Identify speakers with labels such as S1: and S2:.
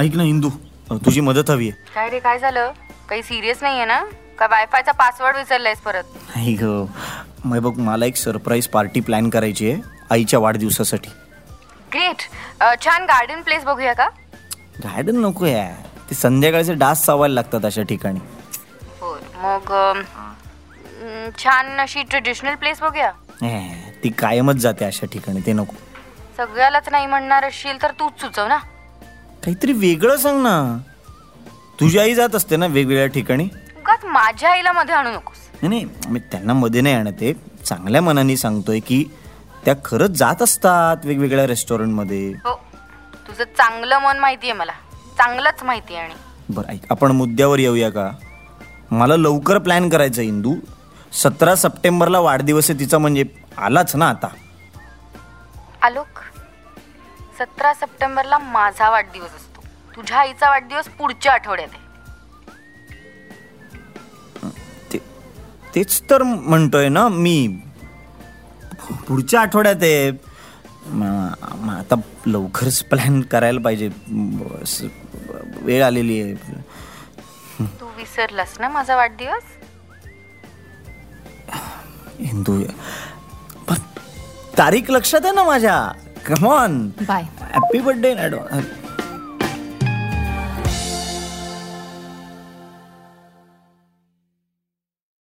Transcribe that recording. S1: ऐक ना इंदू अ, तुझी मदत हवी आहे
S2: काय रे काय झालं काही सिरियस नाहीये ना का वायफायचा पासवर्ड विसरलायस परत
S1: नाही ग मग बघ मला एक सरप्राईज पार्टी प्लॅन करायची आहे आईच्या वाढदिवसासाठी
S2: ग्रेट छान गार्डन प्लेस बघूया का
S1: गार्डन नको आहे ते संध्याकाळचे डास चावायला लागतात अशा ठिकाणी
S2: हो मग अं, अं, छान अशी ट्रेडिशनल प्लेस बघूया
S1: ए, ती कायमच जाते अशा ठिकाणी ते नको
S2: सगळ्यालाच नाही म्हणणार असशील तर तूच सुचव ना
S1: काहीतरी वेगळं सांग ना तुझी आई जात असते ना वेगवेगळ्या ठिकाणी
S2: उगाच माझ्या आईला मध्ये आणू नकोस
S1: नाही, नाही मी त्यांना मध्ये नाही आणत आहे चांगल्या मनाने सांगतोय की त्या खरंच जात असतात वेगवेगळ्या रेस्टॉरंटमध्ये
S2: हो तुझं चांगलं मन माहिती आहे मला चांगलंच माहिती आहे आणि
S1: बरं ऐक आपण मुद्द्यावर येऊया का मला लवकर प्लॅन करायचं आहे, इंदू सतरा सप्टेंबरला वाढदिवस आहे तिचा म्हणजे आलाच ना आता
S2: आलोक सतरा सप्टेंबरला माझा वाढदिवस असतो तुझ्या आईचा वाढदिवस पुढच्या आठवड्यात आहे
S1: ते तेच तर म्हणतोय ना मी पुढच्या आठवड्यात आहे म- म- आता लवकरच प्लॅन करायला पाहिजे म- स- वेळ आलेली आहे
S2: तू विसरलास ना माझा वाढदिवस
S1: हिंदू पण तारीख लक्षात आहे ना माझ्या come on
S3: bye
S1: happy birthday advance